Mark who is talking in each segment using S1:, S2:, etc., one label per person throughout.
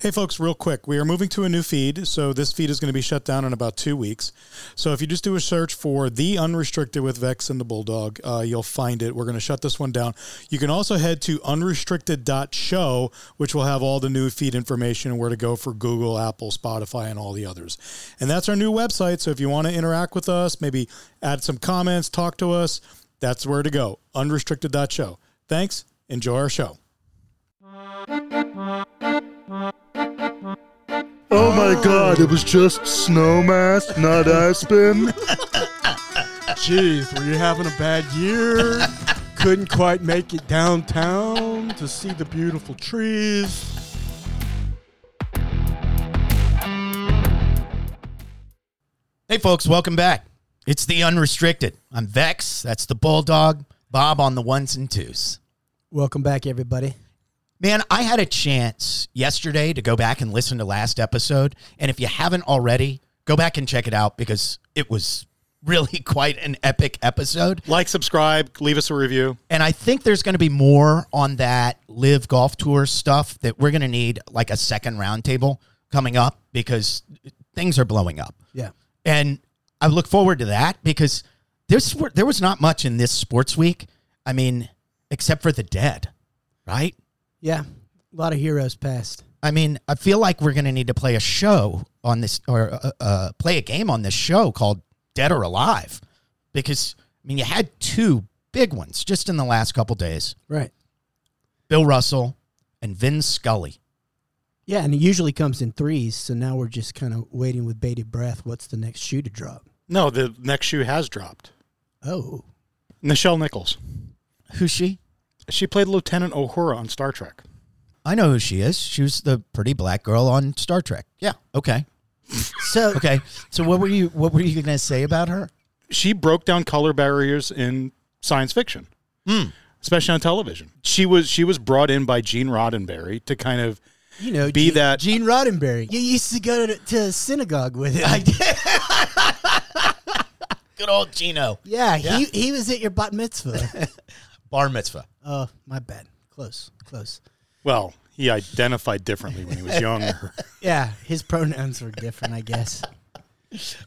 S1: Hey, folks, real quick, we are moving to a new feed. So this feed is going to be shut down in about two weeks. So if you just do a search for The Unrestricted with Vex and the Bulldog, uh, you'll find it. We're going to shut this one down. You can also head to unrestricted.show, which will have all the new feed information and where to go for Google, Apple, Spotify, and all the others. And that's our new website. So if you want to interact with us, maybe add some comments, talk to us, that's where to go. Unrestricted.show. Thanks. Enjoy our show.
S2: Oh my god, it was just snow mass, not Aspen.
S3: Jeez, were you having a bad year? Couldn't quite make it downtown to see the beautiful trees.
S4: Hey, folks, welcome back. It's the Unrestricted. I'm Vex. That's the Bulldog. Bob on the ones and twos.
S5: Welcome back, everybody.
S4: Man, I had a chance yesterday to go back and listen to last episode. And if you haven't already, go back and check it out because it was really quite an epic episode.
S1: Like, subscribe, leave us a review.
S4: And I think there's going to be more on that live golf tour stuff that we're going to need like a second roundtable coming up because things are blowing up.
S5: Yeah.
S4: And I look forward to that because there's there was not much in this sports week. I mean, except for the dead, right?
S5: Yeah. A lot of heroes passed.
S4: I mean, I feel like we're going to need to play a show on this or uh, uh, play a game on this show called Dead or Alive because I mean, you had two big ones just in the last couple days.
S5: Right.
S4: Bill Russell and Vin Scully.
S5: Yeah, and it usually comes in threes, so now we're just kind of waiting with bated breath. What's the next shoe to drop?
S1: No, the next shoe has dropped.
S5: Oh.
S1: Nichelle Nichols.
S4: Who's she?
S1: She played Lieutenant Uhura on Star Trek.
S4: I know who she is. She was the pretty black girl on Star Trek. Yeah. Okay.
S5: So
S4: Okay. So what were you what were you going to say about her?
S1: She broke down color barriers in science fiction, especially on television. She was she was brought in by Gene Roddenberry to kind of
S5: you know,
S1: Be
S5: Gene,
S1: that-
S5: Gene Roddenberry. You used to go to, to synagogue with him.
S4: Good old Gino.
S5: yeah, he he was at your bat mitzvah.
S4: Bar mitzvah.
S5: oh, my bad. Close, close.
S1: well, he identified differently when he was younger.
S5: Yeah, his pronouns were different, I guess.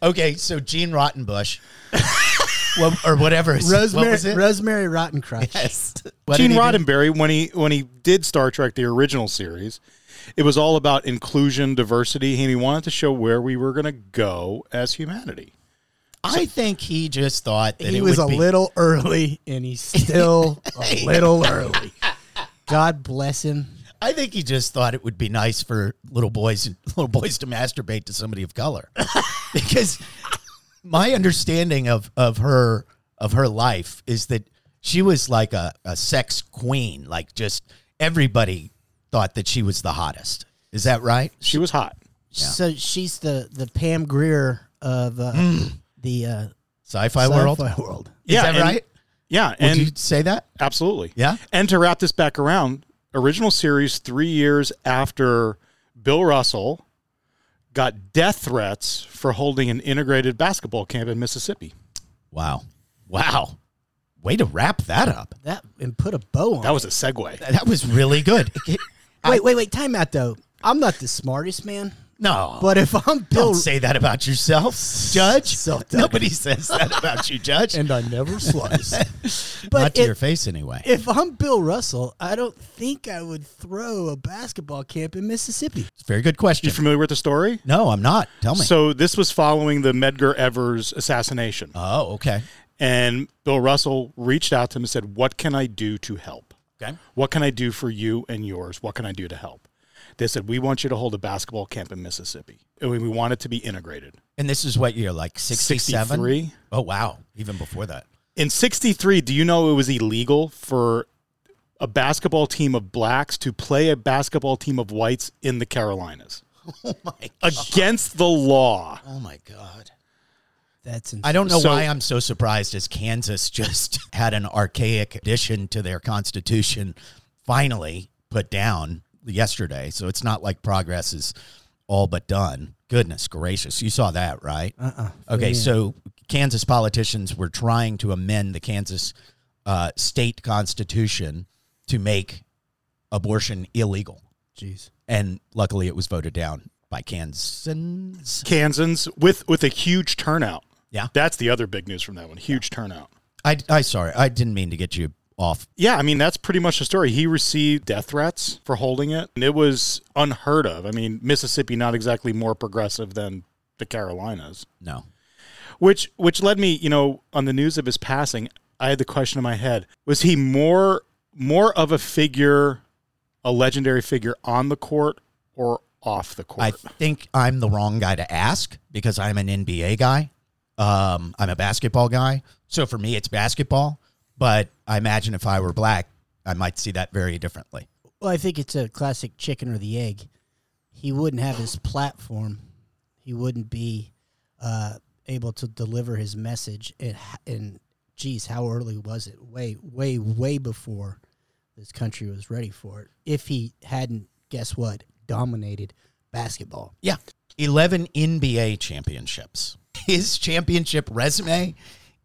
S4: Okay, so Gene Rottenbush, well, or whatever. his- what
S5: Rosemary
S4: was it?
S5: Rosemary Rottencrotch.
S4: yes.
S1: Gene Roddenberry, when he when he did Star Trek the original series, it was all about inclusion, diversity, and he wanted to show where we were going to go as humanity.
S4: I think he just thought that
S5: he
S4: it
S5: was
S4: would
S5: a
S4: be-
S5: little early, and he's still a little early. God bless him.
S4: I think he just thought it would be nice for little boys and little boys to masturbate to somebody of color, because my understanding of of her of her life is that she was like a, a sex queen, like just everybody thought that she was the hottest. Is that right?
S1: She was hot.
S5: So she's the the Pam Greer of uh, the uh,
S4: Sci-fi, world.
S5: sci-fi world.
S4: Is
S1: Yeah,
S4: that
S1: and-
S4: right?
S1: Yeah,
S4: Would
S1: and
S4: you say that?
S1: Absolutely.
S4: Yeah?
S1: And to wrap this back around, original series three years after Bill Russell got death threats for holding an integrated basketball camp in Mississippi.
S4: Wow. Wow. Way to wrap that up.
S5: That and put a bow on.
S1: That was a segue.
S4: That was really good.
S5: it. wait, wait, wait. Time out though. I'm not the smartest man,
S4: No.
S5: but if I'm
S4: don't
S5: Bill,
S4: say that about yourself, Judge.
S5: Self-doubt.
S4: Nobody says that about you, Judge.
S5: and I never slice,
S4: Not
S5: but
S4: to
S5: if,
S4: your face, anyway.
S5: if I'm Bill Russell, I don't think I would throw a basketball camp in Mississippi.
S4: it's a very good question.
S1: You familiar with the story?
S4: no, I'm not. Tell me.
S1: So this was following the Medgar Evers assassination.
S4: oh, okay.
S1: And Bill Russell reached out to him and said, What can I do to help?
S4: Okay.
S1: What can I do for you and yours? What can I do to help? They said, We want you to hold a basketball camp in Mississippi. And we we want it to be integrated.
S4: And this is what year, like 67?
S1: 63?
S4: Oh, wow. Even before that.
S1: In 63, do you know it was illegal for a basketball team of blacks to play a basketball team of whites in the Carolinas? Against the law.
S4: Oh, my God.
S5: That's insane.
S4: I don't know
S1: So-
S4: why I'm so surprised as Kansas just had an archaic addition to their constitution finally put down yesterday. So it's not like progress is all but done. Goodness gracious. You saw that, right? Uh-uh. Okay, so Kansas politicians were trying to amend the Kansas uh, state constitution to make abortion illegal.
S5: Jeez.
S4: and luckily it was voted down by Kansans.
S1: Kansans with with a huge turnout.
S4: Yeah.
S1: That's the other big news from that one. Huge turnout.
S4: I, I sorry, I didn't mean to get you off.
S1: Yeah, I mean that's pretty much the story. He received death threats for holding it, and it was unheard of. I mean, Mississippi not exactly more progressive than the Carolinas.
S4: No,
S1: Which which led me, you know, on the news of his passing, I had the question in my head: Was he more more of a figure, a legendary figure on the court or off the court?
S4: I think I'm the wrong guy to ask because I'm an NBA guy. Um, I'm a basketball guy, so for me it's basketball. But I imagine if I were black, I might see that very differently.
S5: Well, I think it's a classic chicken or the egg. He wouldn't have his platform. He wouldn't be uh, able to deliver his message. And, h- and geez, how early was it? Way, way, way before this country was ready for it. If he hadn't, guess what? Dominated basketball.
S4: Yeah. 11 NBA championships. His championship resume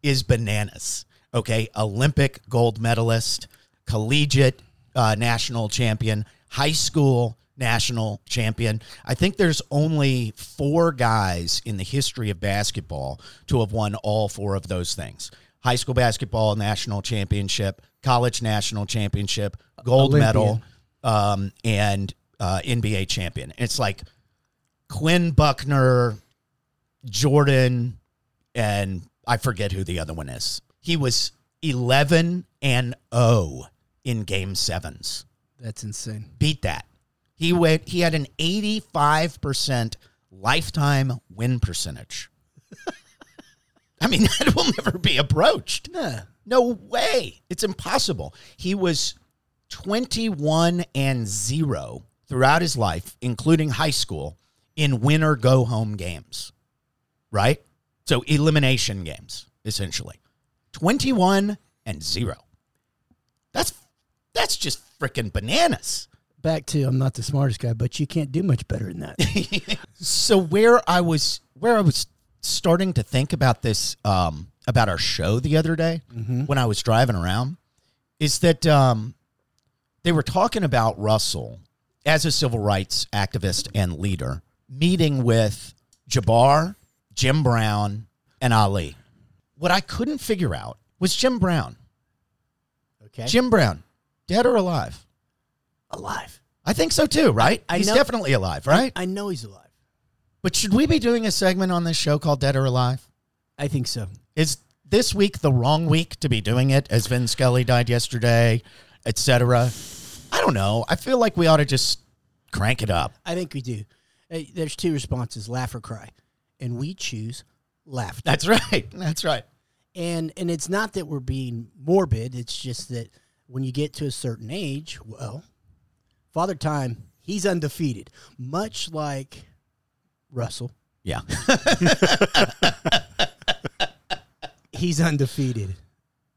S4: is bananas. Okay. Olympic gold medalist, collegiate uh, national champion, high school national champion. I think there's only four guys in the history of basketball to have won all four of those things high school basketball national championship, college national championship, gold medal, um, and uh, NBA champion. It's like, Quinn Buckner, Jordan, and I forget who the other one is. He was 11 and 0 in game sevens.
S5: That's insane.
S4: Beat that. He went, he had an 85% lifetime win percentage. I mean, that will never be approached.
S5: Nah.
S4: No way. It's impossible. He was 21 and 0 throughout his life, including high school, in win or go home games, right? So elimination games, essentially. 21 and 0. That's that's just freaking bananas.
S5: Back to I'm not the smartest guy, but you can't do much better than that.
S4: so where I was where I was starting to think about this um, about our show the other day
S5: Mm-hmm.
S4: when I was driving around is that um, they were talking about Russell as a civil rights activist and leader meeting with Jabbar, Jim Brown, and Ali. What I couldn't figure out was Jim Brown.
S5: Okay.
S4: Jim Brown, dead or alive?
S5: alive.
S4: I think so too, right?
S5: I
S4: He's
S5: know-
S4: definitely alive, right?
S5: I know he's alive.
S4: But should we be doing a segment on this show called Dead or Alive?
S5: I think so.
S4: Is this week the wrong week to be doing it as Vin Scully died yesterday, etc.? I don't know. I feel like we ought to just crank it up.
S5: I think we do. Uh, There's two responses: laugh or cry, and we choose laugh.
S4: That's right. That's right.
S5: And and it's not that we're being morbid. It's just that when you get to a certain age, well, Father Time he's undefeated, much like Russell.
S4: Yeah.
S5: He's undefeated.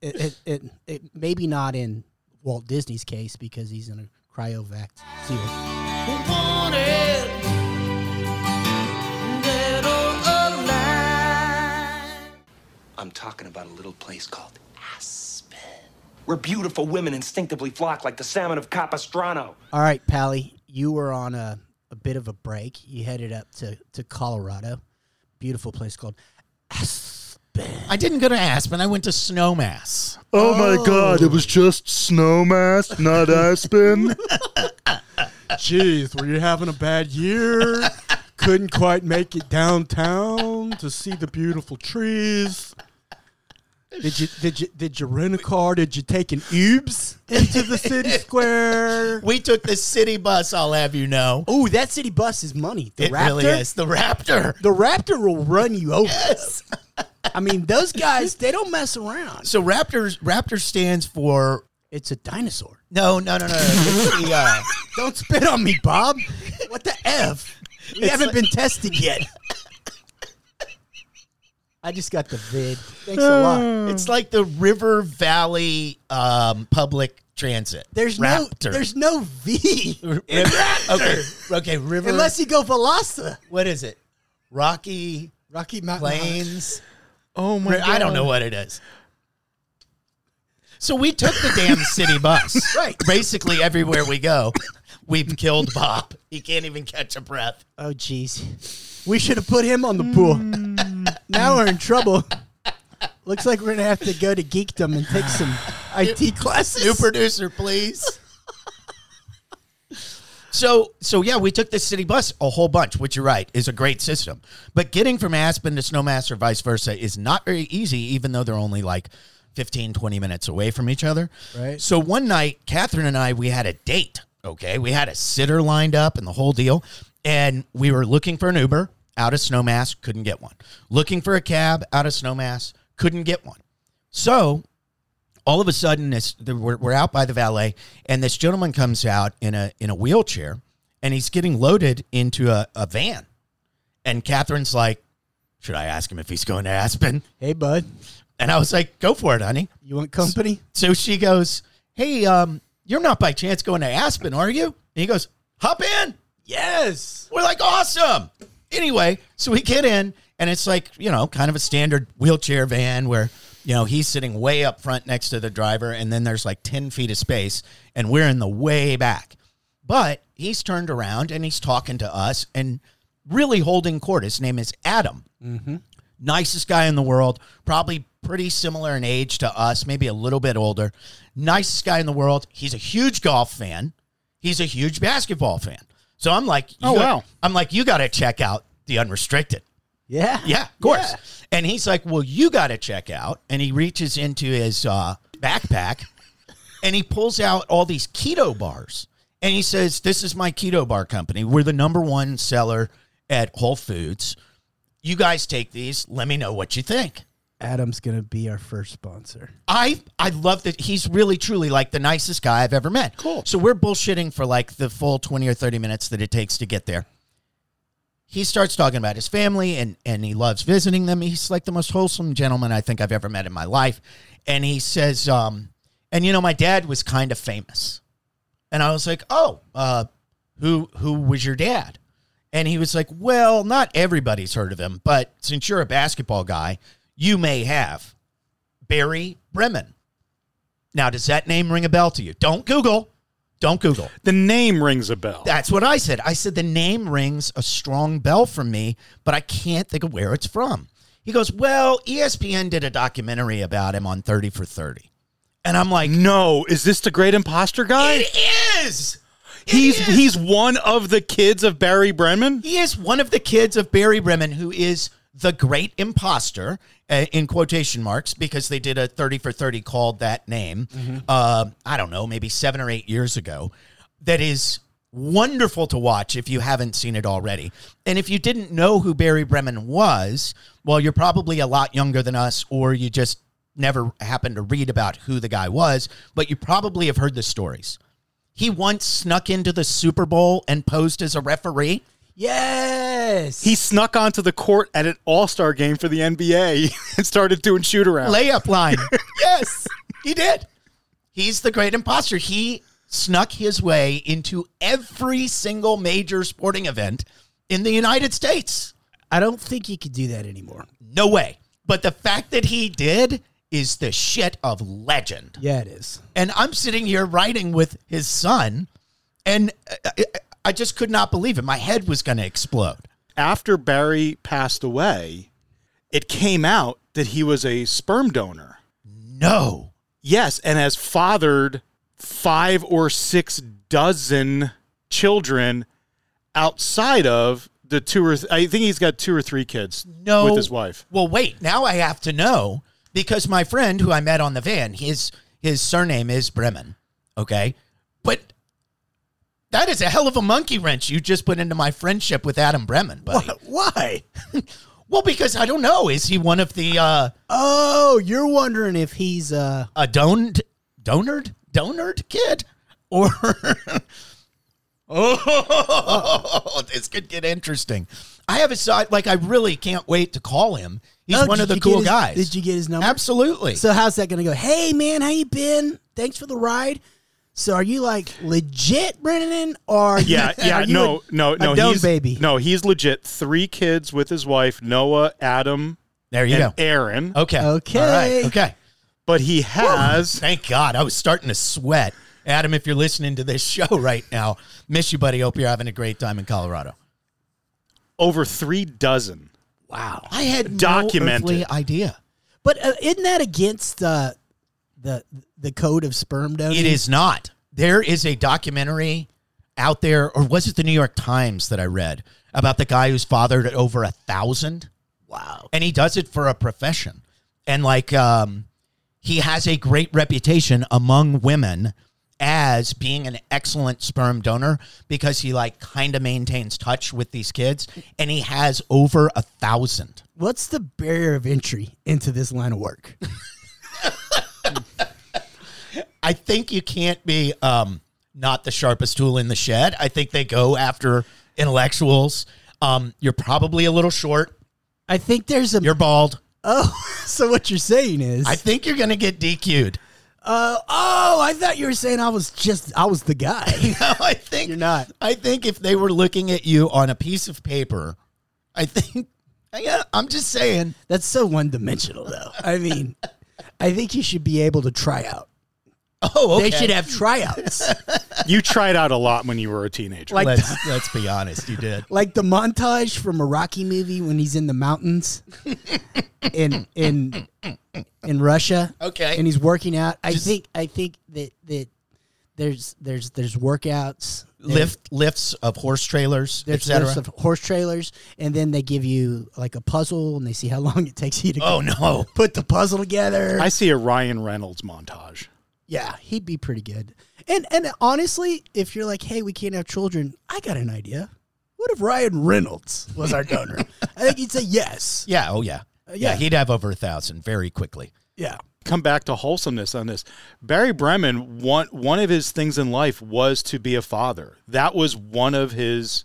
S5: It, it, it, it maybe not in Walt Disney's case because he's in a cryovac seal.
S6: I'm talking about a little place called Aspen, where beautiful women instinctively flock like the salmon of Capistrano.
S5: All right, Pally, you were on a, a bit of a break. You headed up to, to Colorado. Beautiful place called Aspen.
S4: I didn't go to Aspen. I went to Snowmass.
S2: Oh, my god, it was just snow mass, not Aspen.
S3: Jeez, were you having a bad year? Couldn't quite make it downtown to see the beautiful trees. Did you did you did you rent a car? Did you take an Ubes into the city square?
S4: We took the city bus, I'll have you know.
S5: Oh, that city bus is money. The
S4: it
S5: Raptor,
S4: really is. The Raptor.
S5: the Raptor will run you over.
S4: Yes.
S5: I mean, those guys, they don't mess around.
S4: So Raptors Raptor stands for
S5: It's a dinosaur.
S4: no, no, no, no. It's the, uh,
S5: Don't spit on me, Bob. What the f? We haven't been tested yet. I just got the vid. Thanks a lot.
S4: It's like the River Valley um, public transit.
S5: There's no
S4: Raptor.
S5: there's no V
S4: River- okay, okay, River.
S5: unless you go Veloci.
S4: what is it? Rocky
S5: Rocky Mountain.
S4: Plains.
S1: oh
S4: Ri- I don't know what it is. So we took the damn city bus, right? Basically everywhere we go. We've killed Bob. He can't even catch a breath.
S5: Oh, jeez.
S3: We should have put him on the pool.
S5: Now we're in trouble. Looks like we're gonna have to go to geekdom and take some IT classes.
S4: New producer, please. so so yeah, we took the city bus a whole bunch, which you're right, is a great system. But getting from Aspen to Snowmass or vice versa is not very easy, even though they're only like 15, 20 minutes away from each other.
S5: Right.
S4: So one night, Catherine and I, we had a date. Okay. We had a sitter lined up and the whole deal. And we were looking for an Uber out of Snowmass, couldn't get one. Looking for a cab out of Snowmass, couldn't get one. So all of a sudden this the- we're, we're out by the valet and this gentleman comes out in a in a wheelchair and he's getting loaded into a, a van and catherine's like should i ask him if he's going to aspen
S5: Hey, bud,
S4: and i was like go for it honey
S5: you want company?
S4: so she goes hey um you're not by chance going to aspen are you and he goes hop in
S3: Yes.
S4: we're like, awesome. Anyway, so we get in, and it's like, you know, kind of a standard wheelchair van where, you know, he's sitting way up front next to the driver, and then there's like 10 feet of space, and we're in the way back. But he's turned around and he's talking to us and really holding court. His name is Adam. Nicest guy in the world, probably pretty similar in age to us, maybe a little bit older. Nicest guy in the world. He's a huge golf fan. He's a huge basketball fan. So I'm like, you
S1: Oh,
S4: got-
S1: wow.
S4: I'm like, you got to check out the unrestricted.
S5: Yeah.
S4: Yeah, of course. And he's like, well, you got to check out. And he reaches into his uh, backpack and he pulls out all these keto bars. And he says, this is my keto bar company. We're the number one seller at Whole Foods. You guys take these. Let me know what you think.
S5: Adam's gonna be our first sponsor.
S4: I I love that he's really truly like the nicest guy I've ever met. Cool. So we're bullshitting for like the full twenty or thirty minutes that it takes to get there. He starts talking about his family and and he loves visiting them. He's like the most wholesome gentleman I think I've ever met in my life. And he says, um, and you know, my dad was kind of famous. And I was like, oh, uh, who who was your dad? And he was like, well, not everybody's heard of him, but since you're a basketball guy, you may have. Barry Bremen. Now, does that name ring a bell to you? Don't Google. Don't Google.
S1: The name rings a bell.
S4: That's what I said. I said the name rings a strong bell for me, but I can't think of where it's from. He goes, Well, E ESPN did a documentary about him on 30 for 30. And I'm like,
S1: no, is this the great imposter guy?
S4: It is. It
S1: he's
S4: is!
S1: he's one of the kids of Barry Brenman.
S4: He is one of the kids of Barry Bremen, who is the great imposter, uh, in quotation marks, because they did a 30 for 30 called that name, uh, I don't know, maybe seven or eight years ago, that is wonderful to watch if you haven't seen it already. And if you didn't know who Barry Bremen was, well, you're probably a lot younger than us, or you just never happened to read about who the guy was, but you probably have heard the stories. He once snuck into the Super Bowl and posed as a referee.
S5: Yes.
S1: He snuck onto the court at an All Star game for the NBA and started doing shoot around.
S4: layup line. yes, he did. He's the great imposter. He snuck his way into every single major sporting event in the United States.
S5: I don't think he could do that anymore.
S4: No way. But the fact that he did is the shit of legend.
S5: Yeah, it is.
S4: And I'm sitting here writing with his son, and uh, I- I- I just could not believe it. My head was going to explode.
S1: After Barry passed away, it came out that he was a sperm donor.
S4: No.
S1: Yes, and has fathered five or six dozen children outside of the two or th- I think he's got two or three kids
S4: no
S1: with his wife.
S4: Well, wait. Now I have to know because my friend who I met on the van, his his surname is Bremen. Okay, but that is a hell of a monkey wrench you just put into my friendship with Adam Bremen, buddy.
S5: Why?
S4: Well, because I don't know. Is he one of the uh,
S5: Oh, you're wondering if he's uh
S4: a doned donored donored kid or? oh, this could get interesting. I have a side like I really can't wait to call him. He's
S5: oh,
S4: one of
S5: did
S4: the
S5: you get
S4: cool
S5: his-
S4: guys.
S5: Did you get his number?
S4: Absolutely.
S5: So how's that gonna go? Hey man, how you been? Thanks for the ride. So are you like legit, Brennan? Or are you-
S1: Yeah, yeah,
S5: are you
S1: no,
S5: a-
S1: no,
S5: a
S1: no.
S5: dome
S1: he's,
S5: baby.
S1: No, he's legit. Three kids with his wife, Noah, Adam,
S4: there you
S1: and
S4: go.
S1: Aaron.
S5: Oh.
S4: Okay.
S5: Okay.
S4: All right. Okay.
S1: But he has
S4: Thank God. I was starting to sweat. Adam, if you're listening to this show right now, miss you, buddy. Hope you're having a great time in Colorado.
S7: Over three dozen.
S4: Wow, I had
S7: Documented.
S4: no earthly idea.
S5: But uh, isn't that against uh, the the code of sperm donor?
S4: It is not. There is a documentary out there, or was it the New York Times that I read about the guy who's fathered over a thousand? Wow. And he does it for a profession. And like, um, he has a great reputation among women as being an excellent sperm donor because he like kind of maintains touch with these kids and he has over a thousand.
S5: What's the barrier of entry into this line of work?
S4: I think you can't be um, not the sharpest tool in the shed. I think they go after intellectuals. Um, you're probably a little short.
S5: I think there's a.
S4: You're bald.
S5: oh, so what you're saying is?
S4: I think you're going to get DQ'd.
S5: uh, oh, I thought you were saying I was just I was the guy.
S4: No, I think
S5: You're not.
S4: I think if they were looking at you on a piece of paper, I think. Yeah, I'm just saying.
S5: That's so one dimensional, though. I mean, I think you should be able to try out.
S4: Oh, okay.
S5: They should have tryouts,
S7: You tried out a lot when you were a teenager.
S5: like
S4: Let's let's be honest. You did.
S5: like the montage from a Rocky movie when he's in the mountains in in in Russia.
S4: Okay.
S5: and he's working out. I think I think that that there's there's there's workouts, there's-
S4: Lift lifts of horse trailers,
S5: there's
S4: etc.
S5: lifts of horse trailers, and then they give you like a puzzle, and they see how long it takes you to
S4: oh no.
S5: put the puzzle together.
S7: I see a Ryan Reynolds montage.
S5: yeah, he'd be pretty good. And and honestly, if you're like, hey, we can't have children, I got an idea. What if Ryan Reynolds was our donor? I think he'd say yes.
S4: Yeah. Oh yeah. yeah.
S5: yeah.
S4: He'd have over a thousand very quickly.
S5: Yeah.
S7: Come back to wholesomeness on this. Barry Bremen, one one of his things in life was to be a father. That was one of his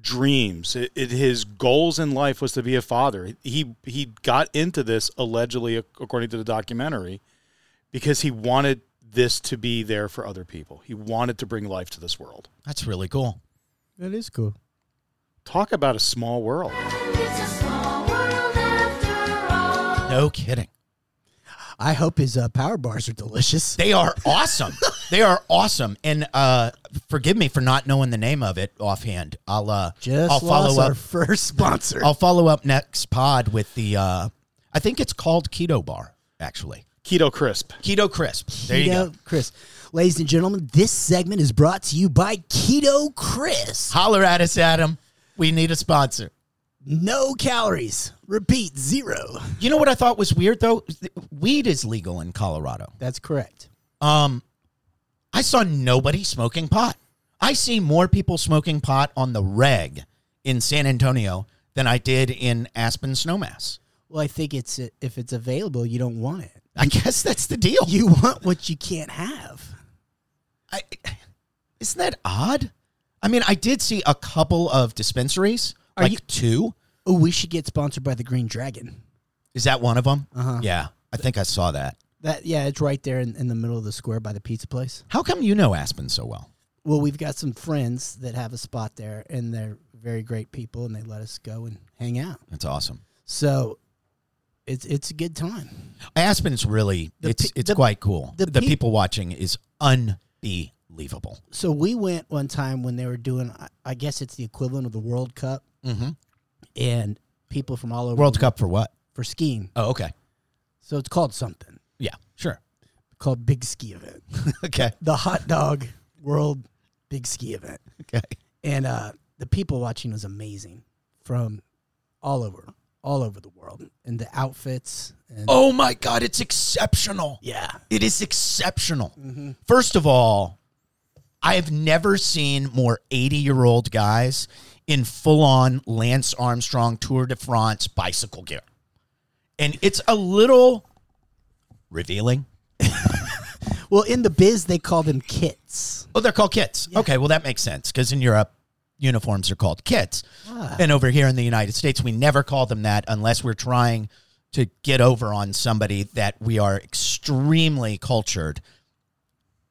S7: dreams. It, it- his goals in life was to be a father. He he got into this allegedly, ac- according to the documentary, because he wanted this to be there for other people. He wanted to bring life to this world.
S4: That's really cool.
S5: That is cool.
S7: Talk about a small world.
S8: It's a small world after all.
S4: No kidding.
S5: I hope his uh, power bars are delicious.
S4: They are awesome. they are awesome. And uh, forgive me for not knowing the name of it offhand. I'll uh,
S5: Just
S4: I'll follow
S5: lost
S4: up. Oh,
S5: our first sponsor.
S4: I'll follow up next pod with the. Uh, I think it's called Keto Bar. Actually,
S7: Keto crisp.
S4: Keto Crisp. There you
S5: Keto
S4: go.
S5: Chris. Ladies and gentlemen, this segment is brought to you by Keto Chris.
S4: Holler at us, Adam. We need a sponsor.
S5: No calories. Repeat, zero.
S4: You know what I thought was weird though? Weed is legal in Colorado.
S5: That's correct.
S4: Um, I saw nobody smoking pot. I see more people smoking pot on the reg in San Antonio than I did in Aspen Snowmass.
S5: Well, I think it's if it's available, you don't want it.
S4: I guess that's the deal.
S5: You want what you can't have.
S4: I, isn't that odd? I mean, I did see a couple of dispensaries,
S5: Are
S4: like
S5: you-
S4: two.
S5: Oh, we should get sponsored by the Green Dragon.
S4: Is that one of them?
S5: Uh-huh.
S4: Yeah, I think I saw that.
S5: That yeah, it's right there in, in the middle of the square by the pizza place.
S4: How come you know Aspen so well?
S5: Well, we've got some friends that have a spot there, and they're very great people, and they let us go and hang out.
S4: That's awesome.
S5: So, it's it's a good time.
S4: Aspen's really
S5: The
S4: it's
S5: pe-
S4: it's
S5: the-
S4: quite cool. The,
S5: the pe-
S4: people watching is unbelievable.
S5: So we went one time when they were doing, I- I guess it's the equivalent of the World Cup,
S4: Mhm.
S5: and people from all over
S4: World Cup for what?
S5: for skiing.
S4: Oh, okay.
S5: So it's called something
S4: Yeah, sure.
S5: called Big Ski Event,
S4: okay.
S5: the Hot Dog World Big Ski Event,
S4: Okay.
S5: and uh, the people watching was amazing from all over, all over the world, and the outfits. And,
S4: Oh my God, it's exceptional.
S5: yeah,
S4: It is exceptional. First of all, I have never seen more 80 year old guys in full on Lance Armstrong Tour de France bicycle gear. And it's a little revealing.
S5: well, in the biz they call them kits.
S4: Oh, they're called kits. Okay, well, that makes sense because in Europe, uniforms are called kits. And over here in the United States, we never call them that unless we're trying to get over on somebody that we are extremely cultured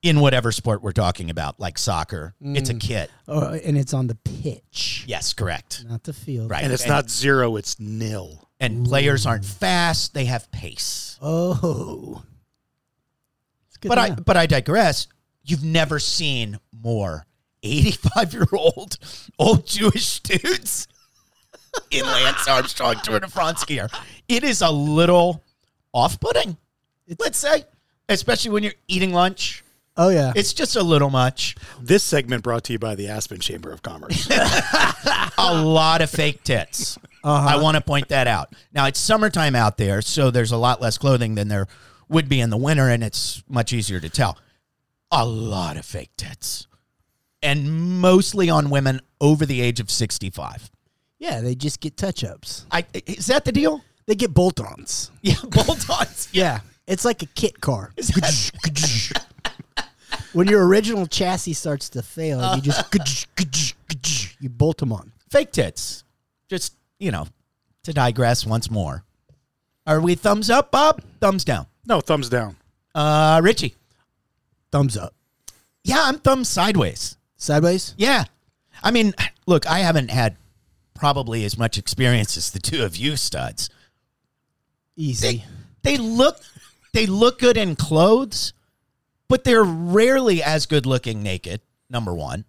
S4: in whatever sport we're talking about, like soccer. It's a kit.
S5: Oh, and it's on the pitch,
S4: Yes, correct.
S5: not the field.
S4: Right.
S7: And it's not zero, it's nil.
S4: And players aren't fast, they have pace.
S5: Oh, it's good
S4: but
S5: to
S4: I
S5: know.
S4: but I digress. You've never seen more 85 year old old Jewish dudes in Lance Armstrong Tour de France gear. It is a little off putting, let's say, especially when you're eating lunch.
S5: Oh yeah.
S4: It's just a little much.
S7: This segment brought to you by the Aspen Chamber of Commerce.
S4: a lot of fake tits. I want to point that out. Now it's summertime out there, so there's a lot less clothing than there would be in the winter, and it's much easier to tell. A lot of fake tits, and mostly on women over the age of sixty-five.
S5: yeah, they just get touch ups.
S4: I is that the deal?
S5: They get bolt ons.
S4: Yeah, bolt-ons.
S5: Yeah. It's like a kit car. when your original chassis starts to fail, you just you bolt them on.
S4: fake tits. Just you know, to digress once more. Are we thumbs up, Bob? Thumbs down.
S7: no, thumbs down.
S4: Uh, Richie.
S5: Thumbs up.
S4: Yeah, I'm thumbs sideways.
S5: Sideways?
S4: Yeah. I mean, look, I haven't had probably as much experience as the two of you studs.
S5: Easy.
S4: They look they look good in clothes, but they're rarely as good looking naked, number 1.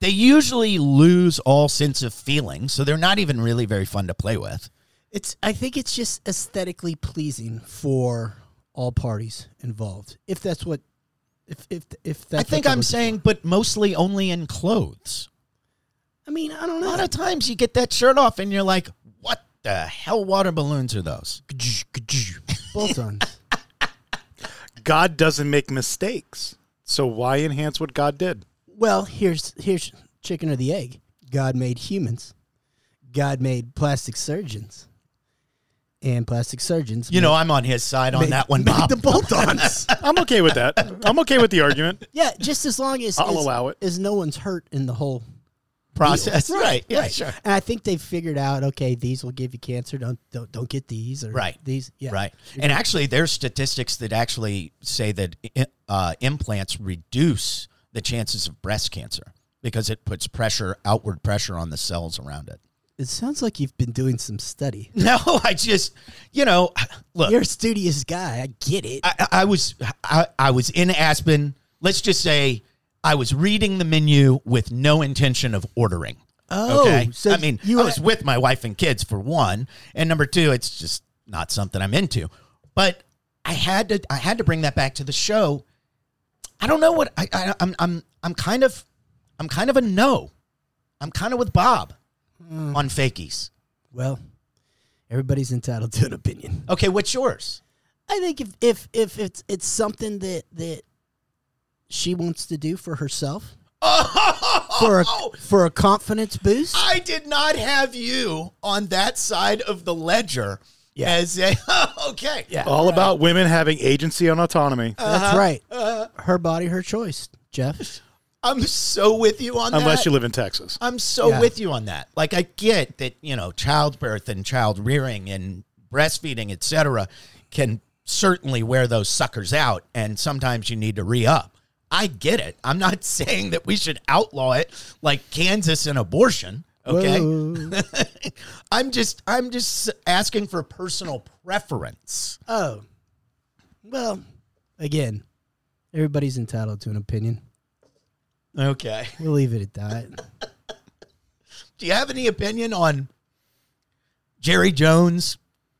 S4: They usually lose all sense of feeling, so they're not even really very fun to play with.
S5: It's I think it's just aesthetically pleasing for all parties involved. If that's what if if if that's
S4: I think
S5: what they're
S4: I'm
S5: looking
S4: saying
S5: for.
S4: but mostly only in clothes.
S5: I mean, I don't
S4: A
S5: know.
S4: lot of times you get that shirt off and you're like, "What the hell water balloons are those?"
S5: bolt ons.
S7: God doesn't make mistakes. So why enhance what God did?
S5: Well, here's here's chicken or the egg. God made humans. God made plastic surgeons. And plastic surgeons.
S4: You know, I'm on his side on
S5: make-
S4: that one,
S5: make
S4: Bob.
S5: the bolt-ons.
S7: I'm okay with that. I'm okay with the argument.
S5: yeah, just as long as
S7: I'll
S5: as-
S7: allow it.
S5: As no one's hurt in the whole.
S4: process.
S5: deal.
S4: Right. Yeah, sure.
S5: And I think they've figured out. Okay, these will give you cancer. Don't don't, don't get these. Or
S4: Right.
S5: These. Yeah.
S4: Right. And actually, there's statistics that actually say that i- uh, implants reduce the chances of breast cancer because it puts pressure, outward pressure on the cells around it.
S5: It sounds like you've been doing some study.
S4: No, I just, you know, look,
S5: You're a studious guy. Uh, I get it.
S4: I, I- I was I, I was in Aspen. Let's just say I was reading the menu with no intention of ordering.
S5: Oh, so
S4: I mean,
S5: you-
S4: I was with my wife and kids for one, and number two, it's just not something I'm into. But I had to I had to bring that back to the show. I don't know what I, I I'm I'm I'm kind of I'm kind of a no. I'm kind of with Bob on fakies.
S5: well, everybody's entitled to an opinion.
S4: Okay, what's yours?
S5: I think if if if it's it's something that that she wants to do for herself for a for a confidence boost,
S4: I did not have you on that side of the ledger
S5: Yeah.
S4: as a okay. Yeah.
S7: All about women having agency and autonomy.
S5: that's right. her body, her choice, Jeff.
S4: I'm so with you on that.
S7: Unless you live in Texas.
S4: I'm so
S5: Yeah.
S4: with you on that. Like I get that, you know, childbirth and child rearing and breastfeeding, etc., can certainly wear those suckers out and sometimes you need to re-up. I get it. I'm not saying that we should outlaw it like Kansas and abortion, okay? I'm just I'm just asking for personal preference.
S5: Oh, well, again, everybody's entitled to an opinion.
S4: Okay.
S5: We'll leave it at that.
S4: Do you have any opinion on Jerry Jones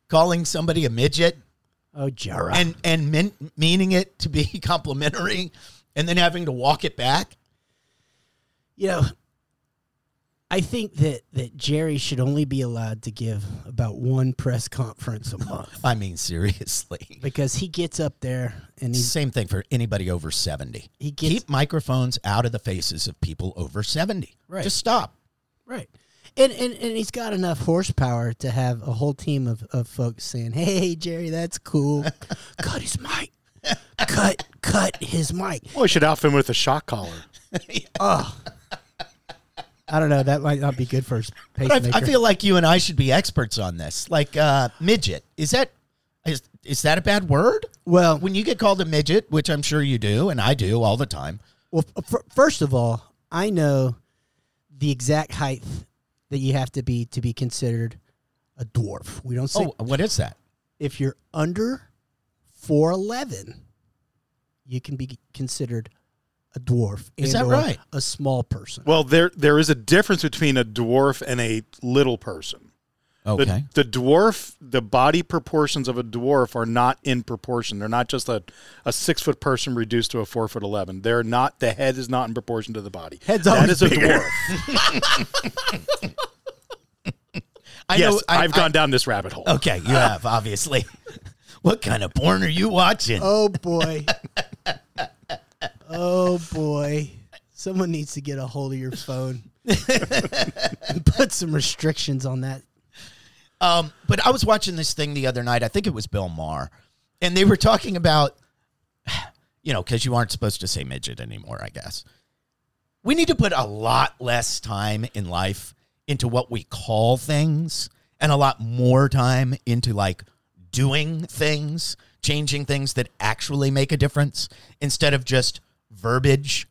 S4: calling somebody a midget
S5: Oh, Jara.
S4: and and mean, meaning it to be complimentary, and then having to walk it back?
S5: you know, I think that that Jerry should only be allowed to give about one press conference a month
S4: I mean, seriously.
S5: because he gets up there and he's
S4: Same thing for anybody over seventy.
S5: He gets-
S4: Keep microphones out of the faces of people over seventy.
S5: Right.
S4: Just stop.
S5: Right. And, and and he's got enough horsepower to have a whole team of, of folks saying, Hey Jerry, that's cool. cut his mic. Cut cut his mic.
S7: Well, you should outfit him with a shock collar.
S5: I don't know, that might not be good for his
S4: But
S5: pacemaker.
S4: I, I feel like you and I should be experts on this. Like uh, midget, is that is is that a bad word?
S5: well
S4: When you get called a midget, which I'm sure you do, and I do all the time.
S5: well f- f- first of all, I know the exact height that you have to be to be considered a dwarf. We don't say
S4: Oh, what is that?
S5: if you're under four eleven, you can be considered a dwarf.
S4: Is
S5: and
S4: that
S5: or
S4: right?
S5: A small person.
S7: Well, there there is a difference between a dwarf and a little person. The,
S4: Okay.
S7: the dwarf, the body proportions of a dwarf are not in proportion. They're not just a, a six foot person reduced to a four foot eleven. They're not. The head is not in proportion to the body.
S4: Head's
S7: that
S4: always
S7: is a
S4: bigger.
S7: dwarf.
S4: I
S7: yes,
S4: I-
S7: I've gone down this rabbit hole.
S4: I- okay, you have obviously. what kind of porn are you watching?
S5: Oh boy. oh boy. Someone needs to get a hold of your phone and put some restrictions on that.
S4: Um, but I was watching this thing the other night. I think it was Bill Maher, and they were talking about, you know, because you aren't supposed to say midget anymore. I guess we need to put a lot less time in life into what we call things, and a lot more time into like doing things, changing things that actually make a difference, instead of just verbiage.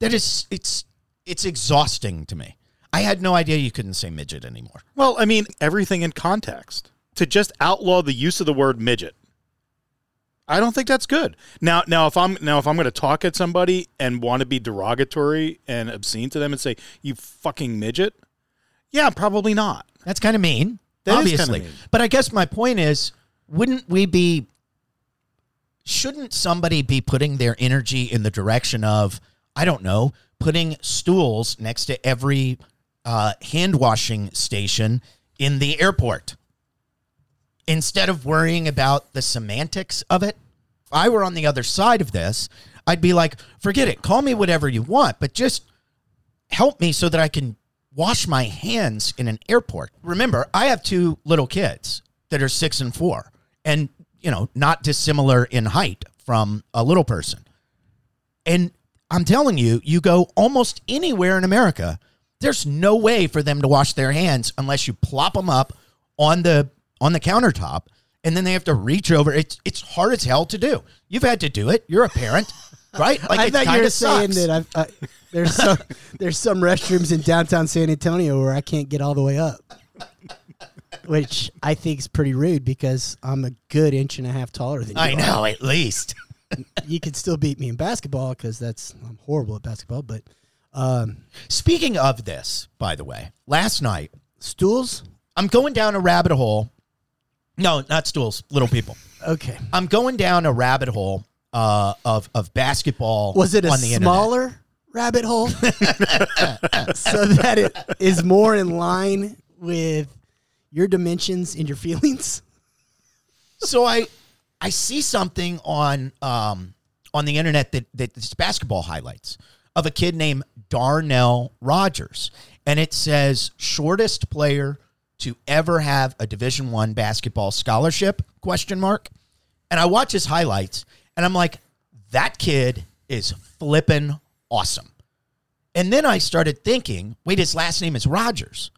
S4: That is, it's it's exhausting to me. I had no idea you couldn't say midget anymore.
S7: Well, I mean, everything in context. To just outlaw the use of the word midget. I don't think that's good. Now now if I'm now if I'm going to talk at somebody and want to be derogatory and obscene to them and say you fucking midget, yeah, probably not.
S4: That's kind of mean.
S7: That is kinda
S4: obviously.
S7: mean.
S4: But I guess my point is, wouldn't we be shouldn't somebody be putting their energy in the direction of, I don't know, putting stools next to every uh, hand washing station in the airport instead of worrying about the semantics of it? If I were on the other side of this, I'd be like, forget it, call me whatever you want, but just help me so that I can wash my hands in an airport. Remember, I have two little kids that are six and four, and you know, not dissimilar in height from a little person. And I'm telling you, you go almost anywhere in America, there's no way for them to wash their hands unless you plop them up on the on the countertop and then they have to reach over. It's it's hard as hell to do. You've had to do it. You're a parent, right? Like
S5: I
S4: it
S5: thought you
S4: kinda
S5: were saying
S4: sucks.
S5: that I've, I, there's some there's some restrooms in downtown San Antonio where I can't get all the way up, which I think is pretty rude because I'm a good inch and a half taller than you.
S4: I
S5: are.
S4: know, at least.
S5: You can still beat me in basketball because that's I'm horrible at basketball. But um,
S4: Speaking of this, by the way, last night
S5: stools,
S4: I'm going down a rabbit hole. No, not stools, little people.
S5: okay.
S4: I'm going down a rabbit hole uh, of of basketball.
S5: Was it a
S4: on the internet.
S5: smaller rabbit hole? so that it is more in line with your dimensions and your feelings?
S4: So I I see something on um on the internet that that it's basketball highlights of a kid named Darnell Rogers, and it says shortest player to ever have a Division One basketball scholarship question mark. And I watch his highlights, and I'm like, that kid is flippin' awesome. And then I started thinking, wait, his last name is Rogers.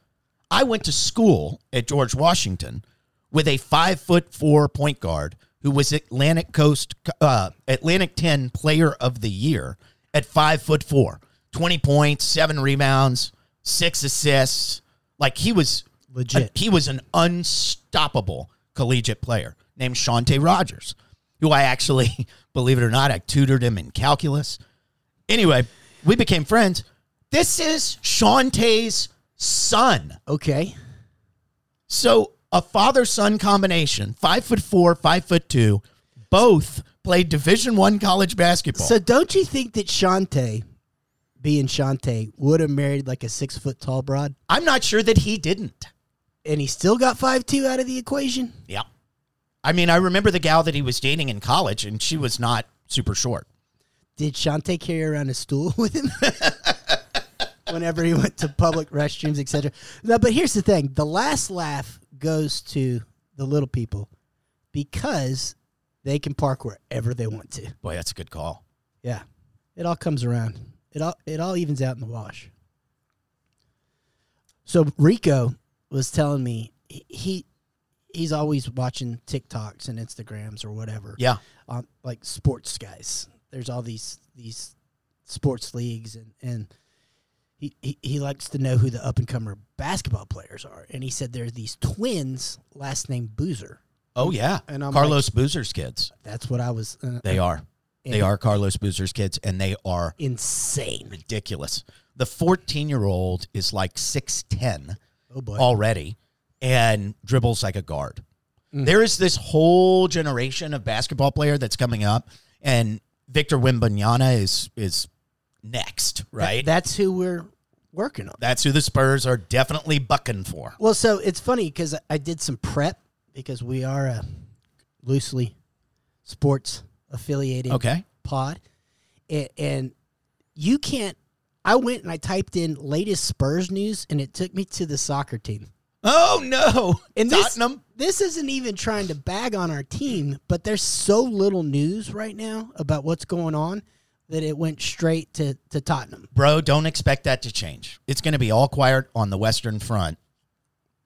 S4: I went to school at George Washington with a five foot four point guard who was Atlantic Coast uh, Atlantic Ten Player of the Year at five foot four, 20 points, seven rebounds, six assists. Like he was
S5: Legit.
S4: he was an unstoppable collegiate player named Shantae Rogers, who I actually, believe it or not, I tutored him in calculus. Anyway, we became friends. This is Shantae's son.
S5: Okay.
S4: So a father son combination, five foot four, five foot two, both played Division One college basketball.
S5: So don't you think that Shantae, being Shantae, would have married like a six foot tall broad
S4: I'm not sure that he didn't.
S5: and he still got five two out of the equation?
S4: Yeah. I mean, I remember the gal that he was dating in college, and she was not super short.
S5: Did Shantae carry around a stool with him? Whenever he went to public restrooms, etc. No, but here's the thing: the last laugh goes to the little people because they can park wherever they want to.
S4: Boy, that's a good call.
S5: Yeah, it all comes around. It all it all evens out in the wash. So Rico was telling me he- he he's always watching TikToks and Instagrams or whatever
S4: Yeah.
S5: on like sports guys. There's all these these sports leagues and and he, he, he likes to know who the up and comer basketball players are. And he said there's these twins, last name Boozer.
S4: Oh yeah.
S5: And I'm
S4: Carlos Boozer's kids.
S5: That's what I was. Uh,
S4: They are. They are Carlos Boozer's kids, and they are
S5: insane.
S4: ridiculous. The 14 year old is like 6'10
S5: Oh boy.
S4: already and dribbles like a guard.
S5: Mm.
S4: There is this whole generation of basketball player that's coming up, and Victor Wimbanyana is is next, right?
S5: That's who we're working on.
S4: that's who the Spurs are definitely bucking for.
S5: Well, so it's funny because I did some prep because we are a loosely sports affiliated
S4: Okay.
S5: pod, and, and you can't. I went and I typed in latest Spurs news, and it took me to the soccer team.
S4: Oh no,
S5: And this,
S4: Tottenham.
S5: this isn't even trying to bag on our team, but there's so little news right now about what's going on that it went straight to, to Tottenham.
S4: bro, don't expect that to change. It's going to be all quiet on the Western Front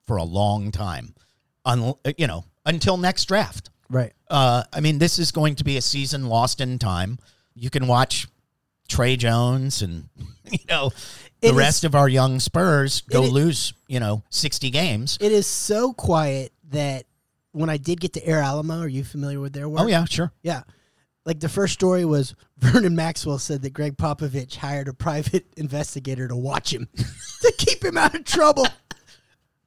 S4: for a long time, Un- you know, until next draft.
S5: Right.
S4: Uh, I mean, this is going to be a season lost in time. You can watch Trey Jones and you know the
S5: It is-
S4: rest of our young Spurs go
S5: It is-
S4: lose you know sixty games.
S5: It is so quiet that when I did get to Air Alamo, are you familiar with their work?
S4: Oh yeah, sure.
S5: Yeah. Like the first story was Vernon Maxwell said that Greg Popovich hired a private investigator to watch him to keep him out of trouble.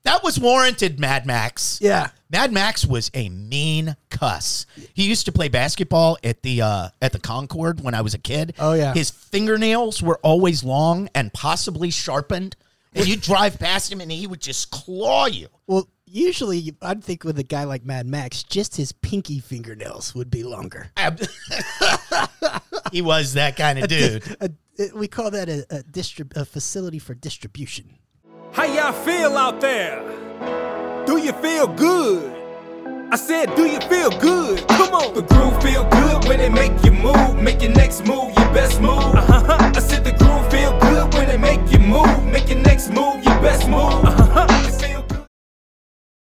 S4: That was warranted, Mad Max.
S5: Yeah.
S4: Mad Max was a mean cuss. He used to play basketball at the uh, at the Concord when I was a kid.
S5: Oh, yeah.
S4: his fingernails were always long and possibly sharpened. And you drive past him, and he would just claw you.
S5: Well, usually you- I'd think with a guy like Mad Max, just his pinky fingernails would be longer.
S4: Ab- he was that kind of dude.
S5: A, it- we call that a, a, distrib- a facility for distribution.
S9: How y'all feel out there? Do you feel good? I said, do you feel good? Come on. The groove feel good when it make you move. Make your next move your best move. Uh-huh. I said the groove feel good when it make you move. Make your next move your best move. Uh-huh.